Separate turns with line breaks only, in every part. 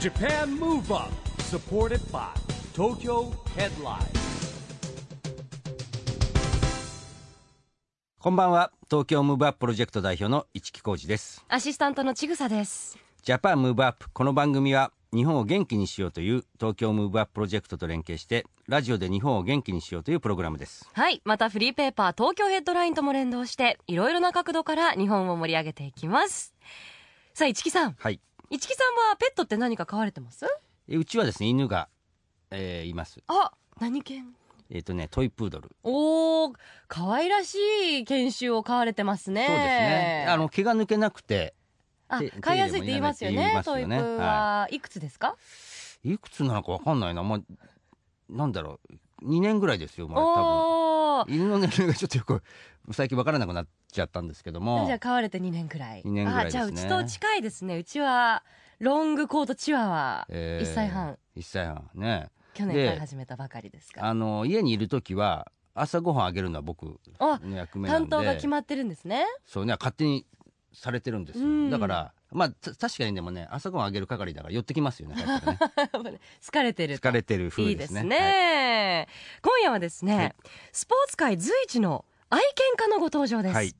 Japan Move Up supported by Tokyo Headline
こんばんは東京ムーブアッププロジェクト代表の市木浩司です
アシスタントのちぐさです。
ジャパンムーブアップこの番組は日本を元気にしようという東京ムーブアッププロジェクトと連携してラジオで日本を元気にしようというプログラムです
はい。またフリーペーパー東京ヘッドラインとも連動して、いろいろな角度から日本を盛り上げていきます。さあ、市木さん。
はい
市木さんはペットって何か飼われてます
えうちはですね犬が、えーいます
あ、何犬
えっ、とねトイプードル、
おー、可愛らしい犬種を飼われてますね。
そうですねあの毛が抜けなくて
あ
手
飼いやすいって言いますよね。
手入
ト
れ
イ
もいらないっ
プ
て言いますよね
ーはいくつですか、
いくつなのかわかんないなまあなんだろう2年ぐらいですよ生まれた分
おー。
犬の年齢がちょっとよく最近わからなくなっちゃったんですけども
じゃあ飼われて2年くらい。
二年ぐらい
あ、じゃあう
です
ち
ね
と近いですね。うちは、ロングコートチワワ、
え
1歳半。
1歳半ね
去年から始めたばかりですから。
あの家にいる時は朝ごはんあげるのは僕
あ
の役目なんで
担当が決まってるんですね
そうね勝手にされてるんですよ、
うん
だからまあた確かにでもね朝ごはんあげる係だから寄ってきますよね帰ったらね
好かれてると
疲れてる
い
風
い
で
ですす
ね
ね、今夜はですね、
はい
スポーツ界随一の愛犬家のご登場です、
はい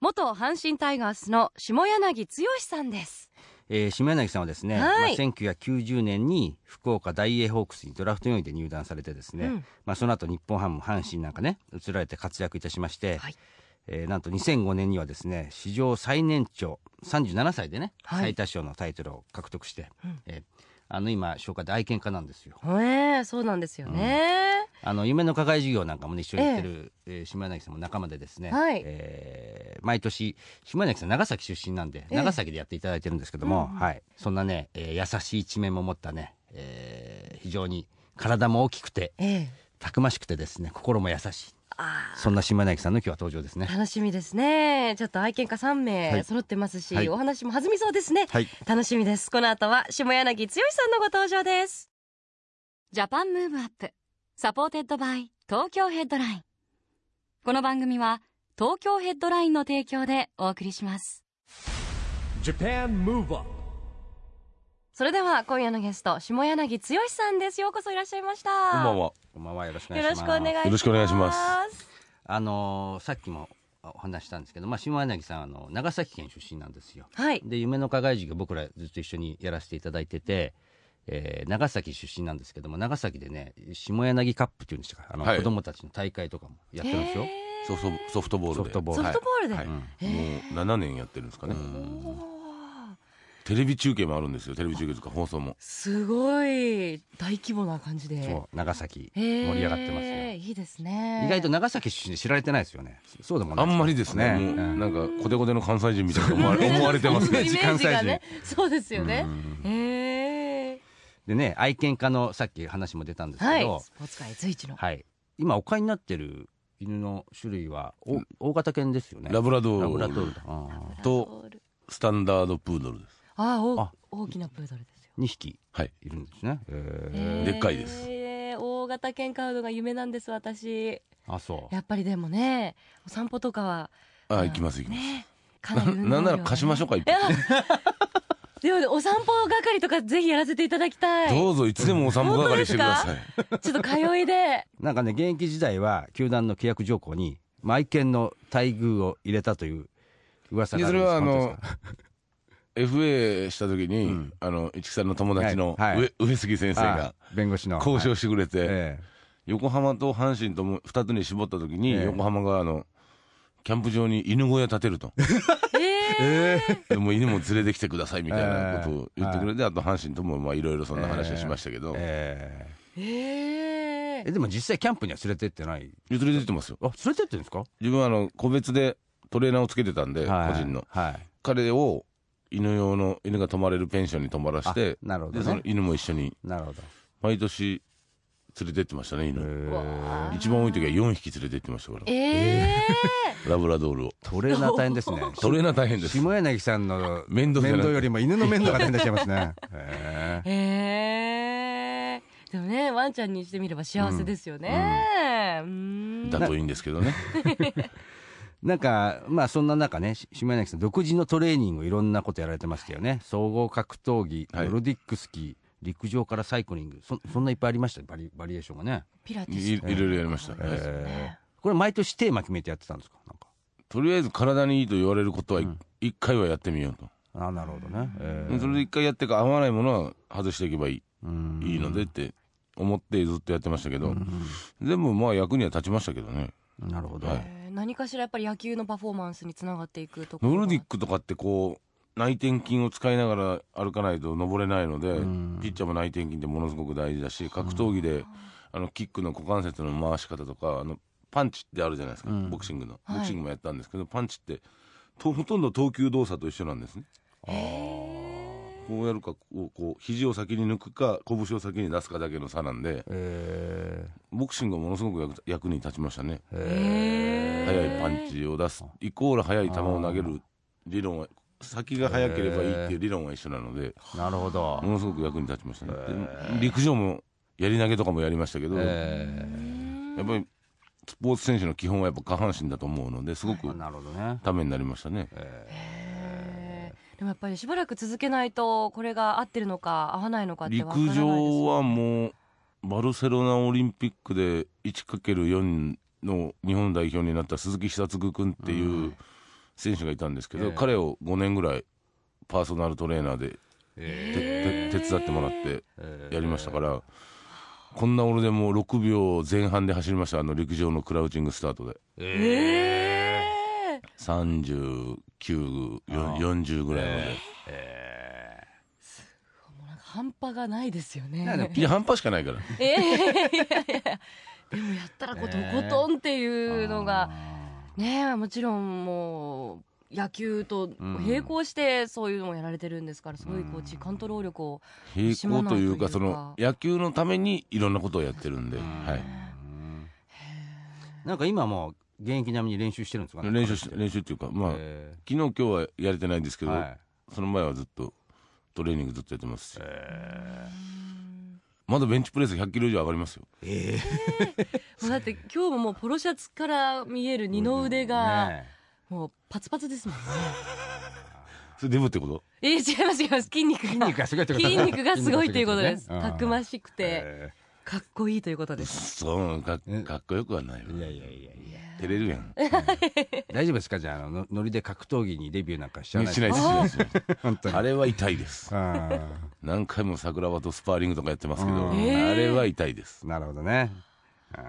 元阪神タイガースの下柳剛さんです
えー、島柳さんはですね、
はい
まあ、1990年に福岡大英ホークスにドラフト4位で入団されてですね、
うん
まあ、その後日本ハム阪神なんかね移られて活躍いたしまして、
はい
えーなんと2005年にはですね史上最年長37歳でね、
はい
最多勝のタイトルを獲得して、
うん
えーあの今紹介で愛犬家なんですよ。
ええそうなんですよね、
あの夢の課外授業なんかもね一緒に行ってる、えー島柳さんも仲間でですね、
はい
えー毎年島柳さん長崎出身なんで、
ええ
長崎でやっていただいてるんですけども、
うんうん
はい、そんなね、えー優しい一面も持ったね、えー非常に体も大きくて
ええ
たくましくてですね心も優しい
あ
そんな島柳さんの今日は登場です
ー
ね。
楽しみですねちょっと愛犬家3
は
名
い
揃ってますし、
はい
お話も弾みそうですね、
はい
楽しみですこの後は下柳剛さんのご登場ですジャパンムーブアップサポーテッドバイ東京ヘッドラインこの番組は東京ヘッドラインの提供でお送りします
Japan Move Up
それでは今夜のゲスト下柳剛さんですようこそいらっしゃいました
こんばんは。
こんばんはよろしくお願
よ
いし
ろ
ま
し
す。
くお願いします
よろしくお願いします
あのーさっきもお話ししたんですけど、まあ、島柳さんあの長崎県出身なんですよ。
はい
で夢の課外授業僕らずっと一緒にやらせていただいてて、えー長崎出身なんですけども長崎でね下柳カップっていうんですかあの、
はい
子供たちの大会とかもやってるんですよ。
へー
ソフトソフトボールで。
ソフトボ
ールソフトボールで
はい
うん
も
へ
う7年やってるんですかね。
おー
テレビ中継もあるんですよ。テレビ中継とか放送も。
すごい大規模な感じで
そう長崎
へー
盛り上がってますよ。
いいですね
意外と長崎出身で知られてないですよね。そうでもな
あ
い
んまりですね。もう
うん
なんかコテコテの関西人みたいな思われ思われてます
イメ
ね。
時
ー
間
ジ
差
が
やし
ねそうですよねへえ
でね愛犬家のさっき話も出たんです
は
け
い
ど、
スポーツ界随一の
はい、今お飼いになってる犬の種類はお、大型犬です よね
ラブラド
ラブ
ー
ラ
ル
ドールだあー
とスタンダードプードルです。
あお
あ
大きなプードルですよ
2匹
はい。
いるんですね、
へ
え
ー
でっかいです
大型犬飼うのが夢なんです私
ー、あそう
やっぱりでもねお散歩とかは
あ
まあ
行きます行きます。
ねかなり運動量
なんなら貸しましょうか一
い
匹
や でもねお散歩係とかぜひやらせていただきたい
どうぞいつでもお散歩係してください。
ちょっと通 いで
なんかね現役時代は球団の契約条項にまあ愛犬の待遇を入れたという噂
い
が
や
あ
そ
るん
れ
です
はあ
本当
の
ですか
FA した時に、
うん
あの市木さんの友達の上,、
はいはい
上杉先生
あ
が
弁護士の
交渉
はい
してくれて、
え
横浜と阪神とも2つに絞った時に、
ええ
横浜があのキャンプ場に犬小屋建てると
えー
でもう犬も連れてきてくださいみたいなことを言ってくれて、あと阪神ともまあいろいろそんな話をしましたけど
え、え
え
ええでも実際キャンプには連れてってない
連れてってますよ
あ連れてってんですか、
自分はあの個別でトレーナーをつけてたんで、
はい
個人の
はい
彼を犬用の犬が泊まれるペンションに泊まらせて
あなるほどね
でその犬も一緒に
なるほど
毎年連れてってましたね犬、
え
ー
一番多い時は4匹連れてってましたから
ええ
ラブラドールを
トレーナー大変ですね
トレーナー大変です
下柳さんの
面倒じゃなくて
よりも犬の面倒が出てきちゃいます ね。へ
ええでもねワンちゃんにしてみれば幸せですよね、うん
だといいんですけどね
えなんかまあそんな中ねし下柳さん独自のトレーニングをいろんなことやられてましたよね総合格闘技
はい
ノルディックスキー、陸上からサイクリングそそんないっぱいありましたバリバリエーションがね
ピラテ
いい
ィス
いろいろやりました、
そうですね
これ毎年テーマ決めてやってたんですかなんか
とりあえず体にいいと言われることは一回はやってみようと、
あなるほどね、え
でそれで一回やってか合わないものは外していけばいい、
うん
いいのでって思ってずっとやってましたけど、でもまあ役には立ちましたけどね
なるほど、
はい
えー何かしらやっぱり野球のパフォーマンスにつながっていくところ
ノ
が
ルディックとかってこう内転筋を使いながら歩かないと登れないので、ピッチャーも内転筋ってものすごく大事だし格闘技で、あのキックの股関節の回し方とかあのパンチってあるじゃないですか、ボクシングの
はい
ボクシングもやったんですけど、パンチってとほとんど投球動作と一緒なんですね。こうやるかこうこう肘を先に抜くか拳を先に出すかだけの差なんで
え
ボクシングはものすごく役役に立ちましたね。
えー
速いパンチを出すイコール速い球を投げる理論は先が速ければいいっていう理論は一緒なので
ーなるほど、
ものすごく役に立ちましたね、で陸上もやり投げとかもやりましたけど、やっぱりスポーツ選手の基本はやっぱ下半身だと思うのですごく
なるほどね
ためになりましたね、
えーでもやっぱりしばらく続けないとこれが合ってるのか合わないのかってわからない
陸
です
上はもうバルセロナオリンピックで 1×4 の日本代表になった鈴木久嗣君っていう選手がいたんですけど、
ええ
彼を5年ぐらいパーソナルトレーナーでてて手伝ってもらってやりましたから、こんな俺でも6秒前半で走りましたあの陸上のクラウチングスタートで3940ぐらいまで、
半端がないですよね
なんで
いや半端しかないから
ええでもやったらこうとことんっていうのが、ねえもちろんもう野球と並行してそういうのもやられてるんですからすごいこう時間と労力を
並行という
島
か
のというか
その野球のためにいろんなことをやってるんで、はい、
なんか今もう現役並みに練習してるんですかね
練習し練習っていうかまあ、
え
昨日今日はやれてないんですけ
ー
ど、
はい
その前はずっとトレーニングずっとやってますし、まだベンチプレス100キロ以上上がりますよ
もうだって今日ももうポロシャツから見える二の腕が
ね
もうパツパツですもんね
それデブってこと
ええ違います違います筋肉
筋肉がすごいってこと
筋肉がすごいということです
筋肉が
た
すごいってことね
くましくて
え
かっこいいということです
そうかかっこよくはないわ
ーいやいやいやいや
照れるやん
大丈夫ですかじゃああのノリで格闘技にデビューなんかしちゃない
しないですしないです
本当に
あれは痛いです
あ
何回も桜庭とスパーリングとかやってますけど、
ー
あれは痛いで
ー
す
なるほどねあ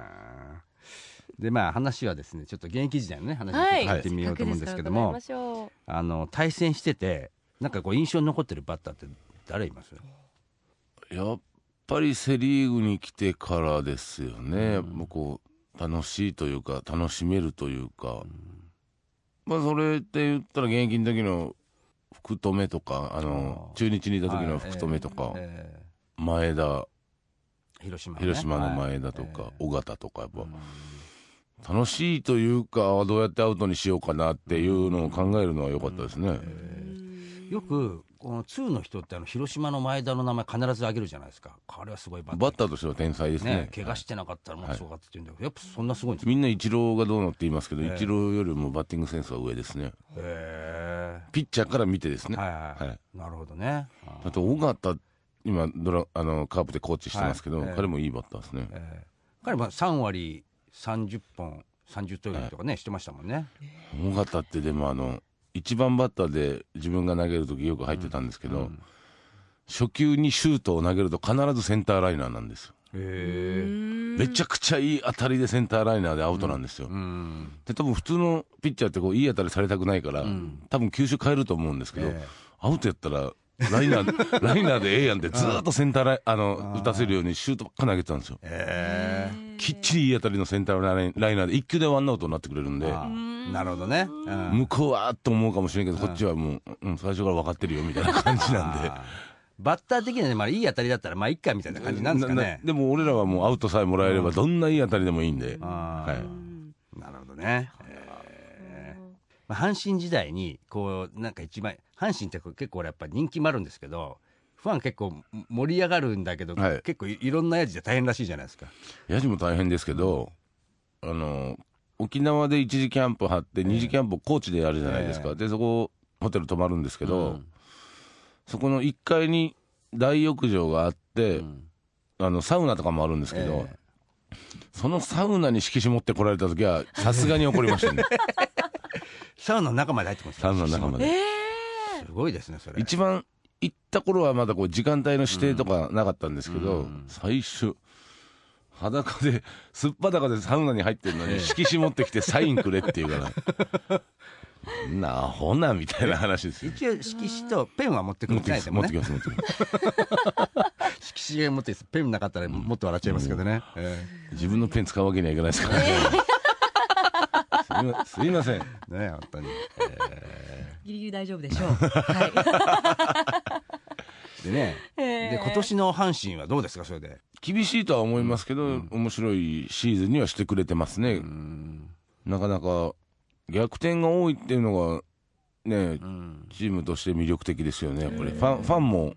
ーでまあ話はですねちょっと現役時代のね話をちょっと聞いてみようと思うんですけども、
せっかくですから伺いましょう
あの対戦しててなんかこう印象に残ってるバッターって誰います
やっぱりセ・リーグに来てからですよね、もうこう楽しいというか楽しめるというか、まあそれって言ったら現役の時の福留とかあの
あー
中日にいた時の福留とか、
え
前田
ー広島、ね、
広島の前田とか、尾形とかやっぱ、楽しいというかどうやってアウトにしようかなっていうのを考えるのは良かったですね、
よくこの2の人ってあの広島の前田の名前必ず挙げるじゃないですかあれはすごいバッタ
バ
ー
ッターとしては天才ですね
ね怪我してなかったらもっとすごかったって言うんだけど、やっぱそんなすごいんですね
みんなイチローがどうのって言いますけど、イチローよりもバッティングセンスは上ですね
へ
ピッチャーから見てです
え
ね、
は
あ
いはい、
はい
なるほどねあ
と尾形今ドラあのカープでコーチしてますけど、
はいええ
彼もいいバッターですね、
彼は3割30本30盗塁とかね、してましたもんね
尾形ってでもあの1番バッターで自分が投げる時よく入ってたんですけど、初球にシュートを投げると必ずセンターライナーなんですよ
へ
めちゃくちゃいい当たりでセンターライナーでアウトなんですよ、
えうん
で多分普通のピッチャーってこういい当たりされたくないから、多分球種変えると思うんですけど、
ええ
アウトやったらライナーライナーでええやんってずーっとセンターライあの打たせるようにシュートばっか投げてたんですよ、
へ
きっちりいい当たりのセンターライライナーで1球でワンアウトになってくれるんで
えあーなるほどね、うん
向こうはと思うかもしれんけどこっちはもう、うん、最初から分かってるよみたいな感じなんで。
バッター的にはね、まあ、いい当たりだったらまあいっかみたい な感じなんですかね
でも俺らはもうアウトさえもらえればどんないい当たりでもいいんで、
あー
はい、
なるほどね。えーまあ阪神時代にこうなんか一番阪神ってこう結構俺やっぱ人気もあるんですけどファン結構盛り上がるんだけど、
はい
結構いいろんなやつで大変らしいじゃないですか。
ヤジも大変ですけど、あの、沖縄で一時キャンプ張って、二次キャンプを高知でやるじゃないですか。で、そこ、ホテル泊まるんですけど、そこの1階に大浴場があって、
うん
あのサウナとかもあるんですけど、
え
そのサウナに色紙持ってこられた時はさすがに怒りまし たね
サウナの中まで入ってます
サウナの中まで
すごいですねそれ
一番行った頃はまだこう時間帯の指定とかなかったんですけど、
うん
最初裸ですっぱだかでサウナに入ってるのに色紙持ってきてサインくれっていうから んなアホなみたいな話ですよ
一応色紙とペンは持ってく
持
る
ってきます持
も
っ
ん
てきます持ってきます
色紙が持ってきてペンなかったらもっと笑っちゃいますけどね、え
自分のペン使うわけにはいかないですからねすい ますいません
えね本当に、
ギリギリ大丈夫 でしょう。は
ええでね、
い。え
で今年の阪神はどうですかそれで
厳しいとは思いますけど、面白いシーズンにはしてくれてますね、なかなか逆転が多いっていうのがね、チームとして魅力的ですよねやっぱり、ファンファンも、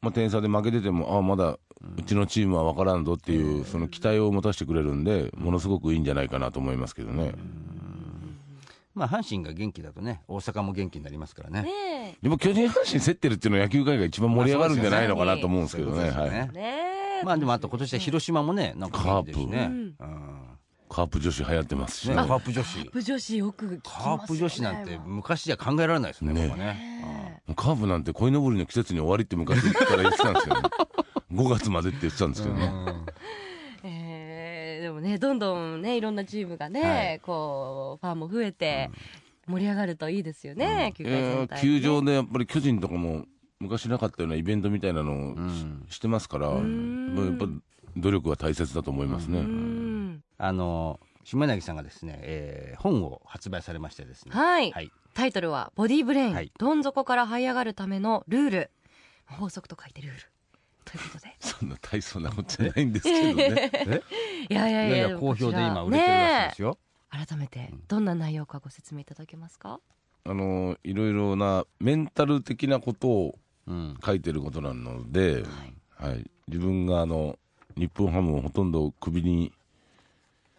まあ、点差で負けててもああまだうちのチームは分からんぞっていう、その期待を持たせてくれるんでものすごくいいんじゃないかなと思いますけどね、
まあ阪神が元気だとね大阪も元気になりますからね
ね
でも巨人阪神競ってるっていうのは野球界が一番盛り上がるんじゃないのかなと思うんですけど
そう
ね
いうことですよ
はい、
え。ねえ。
まあでもあと今年は広島もねなんか元気ですしね
カー
う
プ
んね
カープ女子流行ってますしね
カープ女子
カープ女子よく聞きます
カ
よね
ープ女子なんて昔じゃ考えられないですね
ね
もうね
カーブなんて鯉のぼりの季節に終わりって昔から言ってたんですよね 5月までって言ってたんですけどね、
えーでもね、どんどんね、いろんなチームがね、
はい
こう、ファンも増えて、盛り上がるといいですよね、球界
え
全
ー
体、ね
球場でやっぱり巨人とかも昔なかったようなイベントみたいなのをし,、てますから、まあやっぱ努力は大切だと思いますね、
うん
あの島柳さんがですね、えー本を発売されましてですね
はい
はい
タイトルは、ボディブレイン、
はい
どん底から這い上がるためのルール。法則と書いてルール。という ことで。
そんな大層なことじゃないんですけ どね
え
いやいやい
いやい
や、で
や
も
好
こちら
評で今売れてるらしいです
ね
よ
え改めて、どんな内容かご説明いただけますか、
あのいろいろなメンタル的なことを
うん
書いてることなので、はい自分があの日本ハムをほとんどクビに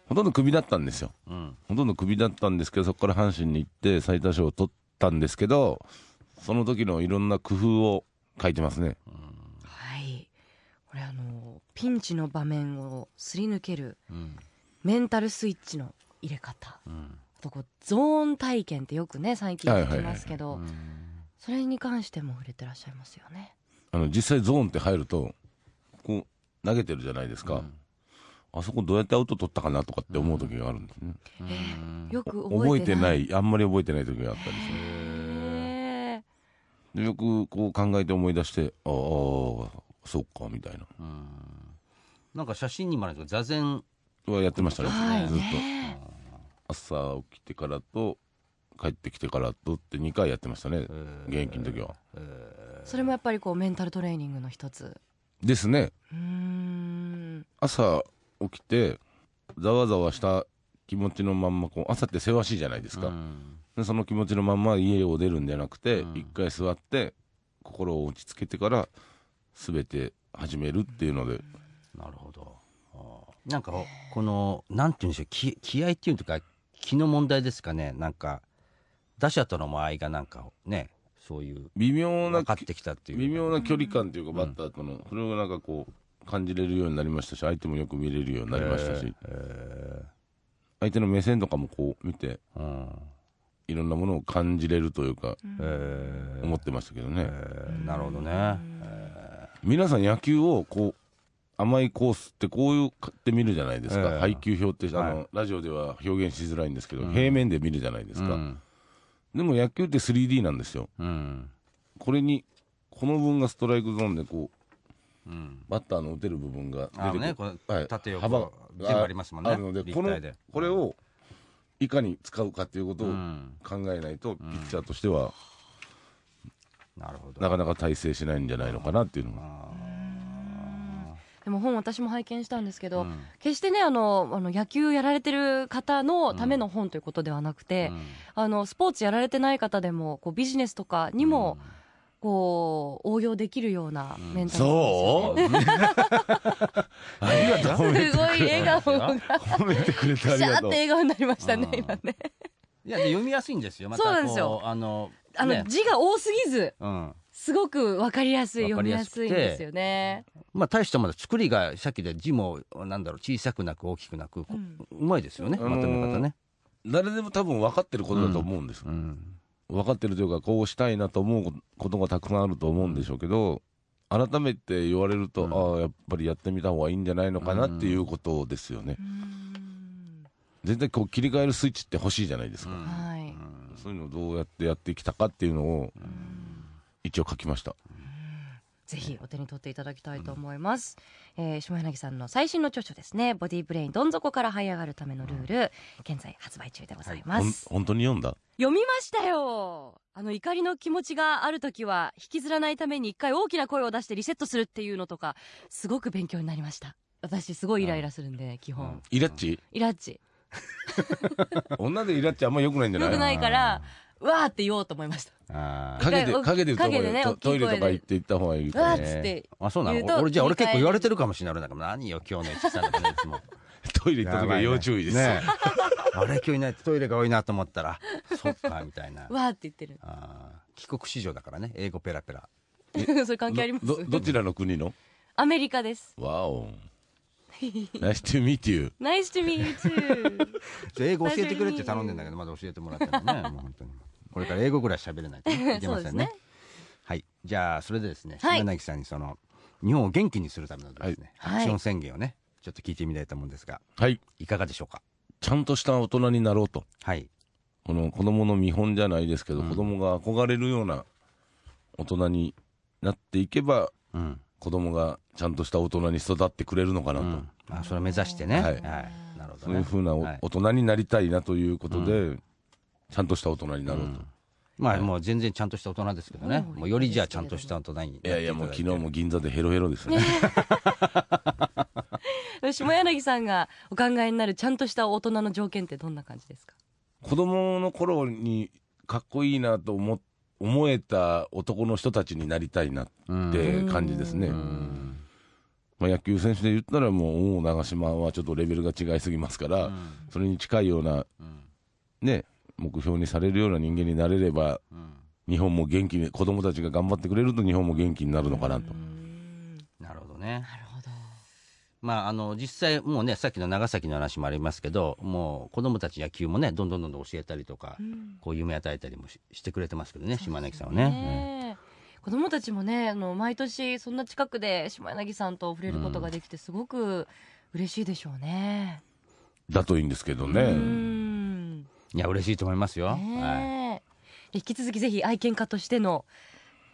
ほとんどクビだったんですよ
うん
ほとんどクビだったんですけど、そこから阪神に行って最多勝を取ったんですけど、その時のいろんな工夫を書いてますね。
はい。これあの、ピンチの場面をすり抜ける
うん
メンタルスイッチの入れ方。
うん
あとこうゾーン体験ってよくね最近聞きますけど、それに関しても触れてらっしゃいますよね。
あの、実際ゾーンって入ると、こう、投げてるじゃないですか。あそこどうやってアウト取ったかなとかって思う時があるんですね。
えーよく
覚
覚
え
え
て
て
な
ない。
い、あんまり覚えてない時があったりする。
え
でよくこう考えて思い出して、ああ、そうか、みたいな。
なんか写真にもあるんですけど座禅
はやってましたね、
はい
ずっと。
ね
朝起きてからと、帰ってきてからとって2回やってましたね、現役の時は。
それもやっぱりこうメンタルトレーニングの一つ。
ですね。
うーん。
朝起きてざわざわした気持ちのまんまこう朝ってせわしいじゃないですか、でその気持ちのまんま家を出るんじゃなくて一、回座って心を落ち着けてから全て始めるっていうので、
なるほどあーなんかこのなんて言うんでしょう気気合っていうとか気の問題ですかねなんか打者との間合いがなんかねそういう
微妙な
分かってきたっていう
微妙な距離感というかバッターとの、それをなんかこう感じれるようになりましたし相手もよく見れるようになりましたし、相手の目線とかもこう見て
うん
いろんなものを感じれるというか、思ってましたけどね。
えーなるほどね
皆さん野球をこう甘いコースってこういう買って見るじゃないですか、
ええ
配球表ってあの、
は
ラジオでは表現しづらいんですけど、平面で見るじゃないです
う
か、
ん
でも野球って 3D なんですよ
うん
これにこの分がストライクゾーンでこう
うん
バッターの打てる部分が
あ
出て
のね
くる
こう
はい
縦横
幅
全部ありますもんね
あるのでこ
立
の
体で
これをいかに使うかっていうことを
うん
考えないと、ピッチャーとしては
なるほど
なかなか大成しないんじゃないのかなっていうの が、
でも本私も拝見したんですけど、決してねあのあの野球やられてる方のための本ということではなくて、あのスポーツやられてない方でもこうビジネスとかにも、こう応用できるようなメンタル
そうありがとう褒めて
すごい笑顔が、
褒めてくれてあ
く
り
しゃー
が
って
とう
笑顔になりましたね、
うん
今ね。
いやで読みやすいんですよまた
そうなんですよ
こうあの
あの、
ね
字が多すぎず、
うん
すごくわかりやすい
わかり
読み
や
や
すくて
すいんですよね。
まあ大したまだ作りがさっきで字もなんだろう小さくなく大きくなく、こ
うん
うまいですよね
あの
ま
ー
とめ方ね。
誰でも多分分かってることだと思うんです、
うん
分かってるというかこうしたいなと思うことがたくさんあると思うんでしょうけど改めて言われると、ああやっぱりやってみた方がいいんじゃないのかなっていうことですよね、
うん
絶対こう切り替えるスイッチって欲しいじゃないですか、
はい。
そういうのをどうやってやってきたかっていうのを一応書きました
ぜひお手に取っていただきたいと思います、えー下柳さんの最新の著書ですねボディブレインどん底から這い上がるためのルール現在発売中でございま
ほん
す、
本当に読んだ
読みましたよあの怒りの気持ちがある時は引きずらないために一回大きな声を出してリセットするっていうのとかすごく勉強になりました私すごいイライラするんで基本、
イラッチ
イラッチ
女でイラッチあんま良くないんじゃな
よ
い
くないからわーって言おうと思いました
あー
陰で
一回
陰で歌う方
陰で
がい
ね
いト
大きい
トイレ
声
と
で
か行って行った方がいい
わーっ
ね
つって
あそうな
言う
の
と
俺じゃあ俺結構言われて
る
るかもしれないなんか何よ今日ね小さなねいつも
トイレ行った時は要注意です、
ねえ あれ今日いないってトイレが多いなと思ったらそっかみた いな
わーって言ってる
あー帰国子女だからね英語ペラペラ
それ関係あります
どどどちらの国の
アメリカです
わお Nice to meet you
ナイス to meet you
じゃあ英語教えてくれって頼んでんだけどまだ教えてもらってないねもう本当にこれから英語ぐらい喋れないとねいけませんね
そう
はいじゃあそれでですね
はい
柳、さんにその日本を元気にするためのですね、
はい
アクション宣言をねちょっと聞いてみたいと思うんですが
はい
いかがでしょうか
ちゃんとした大人になろうと
はい
この子供の見本じゃないですけど、子供が憧れるような大人になっていけば
うん、
子供がちゃんとした大人に育ってくれるのかな
う
と、
ん、あそれを目指してね
はい
なるほど、ね、
そういうふうなお、
はい
大人になりたいなということで、ちゃんとした大人になろうと、
まあもう全然ちゃんとした大人ですけどね
もう
もうよりじゃあちゃんとした大人になって
いやいやもう
ただ
昨
て
日も銀座でヘロヘロですね
下柳さんがお考えになるちゃんとした大人の条件ってどんな感じですか
子供の頃にかっこいいなと思思えた男の人たちになりたいなって感じですね。まあ、野球選手で言ったらもうおー長嶋はちょっとレベルが違いすぎますから、それに近いような、ね目標にされるような人間になれれば、日本も元気に子供たちが頑張ってくれると日本も元気になるのかなと。
なるほどね
なるほど
まあ、あの実際もうねさっきの長崎の話もありますけどもう子どもたち野球もねどんどんどんどん教えたりとか、こう夢与えたりもししてくれてますけどね島根さんはね。うん
ねえ子供たちもねあの毎年そんな近くで島柳さんと触れることができてすごく嬉しいでしょうね
だといいんですけどね。
うん
いや嬉しいと思いますよ。はい
ねえで引き続きぜひ愛犬家としての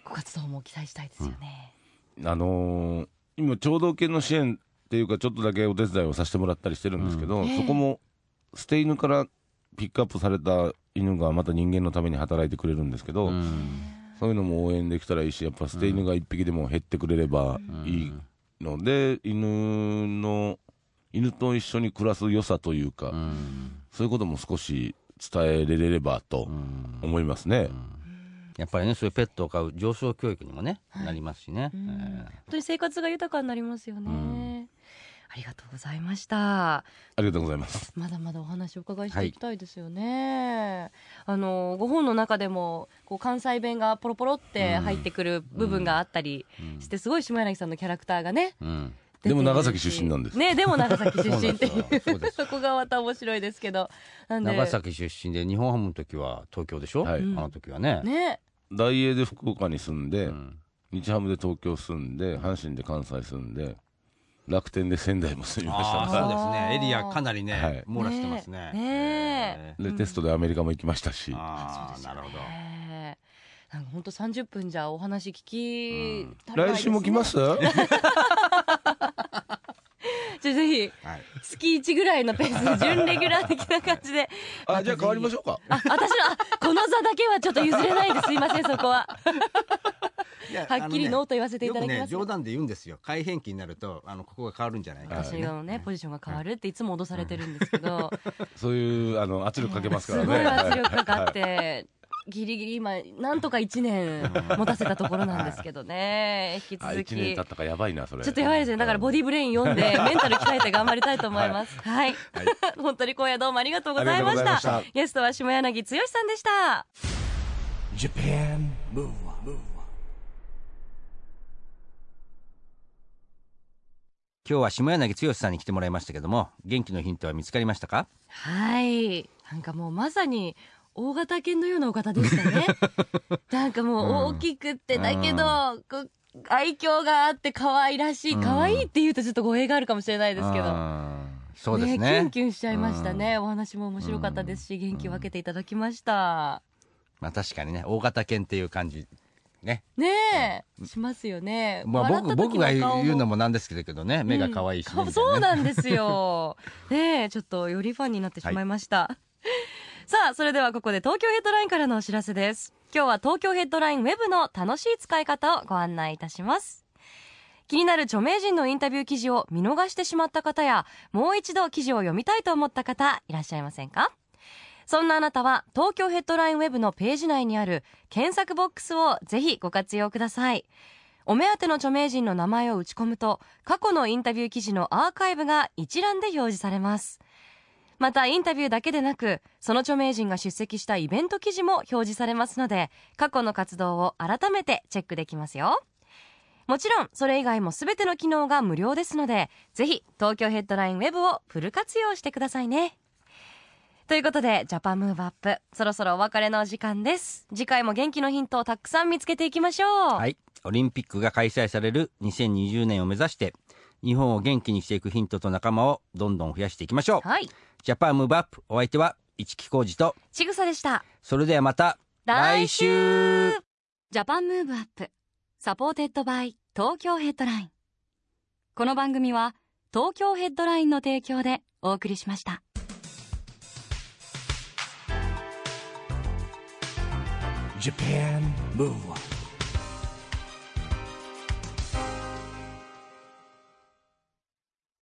ご活動も期待したいですよね、
あのー今、聴導犬の支援っていうか、ちょっとだけお手伝いをさせてもらったりしてるんですけど、
ええ
そこも捨て犬からピックアップされた犬がまた人間のために働いてくれるんですけど、そういうのも応援できたらいいし、やっぱ捨て犬が一匹でも減ってくれればいいので、犬の、犬と一緒に暮らす良さというか、そういうことも少し伝えれればと思いますね。
やっぱりねそういうペットを飼う上昇教育にもね、なりますしね。え
本当に生活が豊かになりますよね、ありがとうございました
ありがとうございます。
まだまだお話をお伺いしていきたいですよね。あのご本の中でもこう関西弁がポロポロって入ってくる部分があったりして、すごい下柳さんのキャラクターがね。
ーうん
出て
で
る
も
し
長崎出身なんです
ね、でも長崎出身ってい
そうなんですよそう
う
です
そこがまた面白いですけど。なんで
長崎出身で日本ハムの時は東京でしょ、
はい
あの時はね。
ね、
大英で福岡に住んで、
うん
日ハムで東京住んで阪神で関西住んで楽天で仙台も住みました
あ
か
ーそうですねエリアかなりね、
はい
網羅してますね。
ねえ
らでテストでアメリカも行きましたし、
ああ、なるほど。
ねなんか本当三十分じゃお話聞き足りないですね、
来週も来ます
じゃあぜひ
はい
月一ぐらいのペースで準レギュラー的な感じで。
あじゃあ変わりましょうか
あ、私の、あこの座だけはちょっと譲れないです。すいません、そこは。はっきりノーと言わせていただきます
よくね冗談で言うんですよ改変期になるとあのここが変わるんじゃないかって
私
ね
のね、ポジションが変わるっていつも脅されてるんですけど、
そういうあの圧力かけますから
すごい圧
ね
力かかって、ギリギリ今、なんとか1年持たせたところなんですけどね、引き
あ
続
一年
き
経っ。たからやばいなそれ
ちょっとやばいですね。だからボディブレイン読んで、メンタル鍛えて頑張りたいと思います。はい。 本当に今夜どうもありがとうございま
あり
し
がとうご
た
ざいまし。た
ゲストは下柳剛さんでした。
Japan Move Up
今日は下柳剛さんに来てもらいましたけども元気のヒントは見つかりましたか
はいなんかもうまさに大型犬のようなお方でし たねなんかもう大きくってだけど、こう愛嬌があって可愛らしい
うん
可愛いって言うとちょっと語弊があるかもしれないですけど、
うんそうですね
キュンキュンしちゃいましたね、お話も面白かったですし元気分けていただきました、
まあ確かにね大型犬っていう感じね
ねえ、しますよね、
まあ
笑った
僕
時の
僕が
顔も
言うのもなんですけどね目が可愛いしね、
う
み
ん
たい
そう
なね
なんですよ ねえちょっとよりファンになってしまいました、 さあそれではここで東京ヘッドラインからのお知らせです今日は東京ヘッドラインウェブの楽しい使い方をご案内いたします気になる著名人のインタビュー記事を見逃してしまった方やもう一度記事を読みたいと思った方いらっしゃいませんかそんなあなたは東京ヘッドラインウェブのページ内にある検索ボックスをぜひご活用くださいお目当ての著名人の名前を打ち込むと、過去のインタビュー記事のアーカイブが一覧で表示されます。また、インタビューだけでなく、その著名人が出席したイベント記事も表示されますので、過去の活動を改めてチェックできますよ。もちろん、それ以外も全ての機能が無料ですので、ぜひ、東京ヘッドラインウェブをフル活用してくださいね。ということで、ジャパンムーブアップ、そろそろお別れのお時間です。次回も元気のヒントをたくさん見つけていきましょう。
はいオリンピックが開催される2020年を目指して日本を元気にしていくヒントと仲間をどんどん増やしていきましょう
はい。
ジャパンムーブアップお相手は市木浩二と
ちぐさでした。
それではまた
来週
来週
ジャパンムーブアップサポーテッドバイ東京ヘッドラインこの番組は東京ヘッドラインの提供でお送りしました
Japan Move Up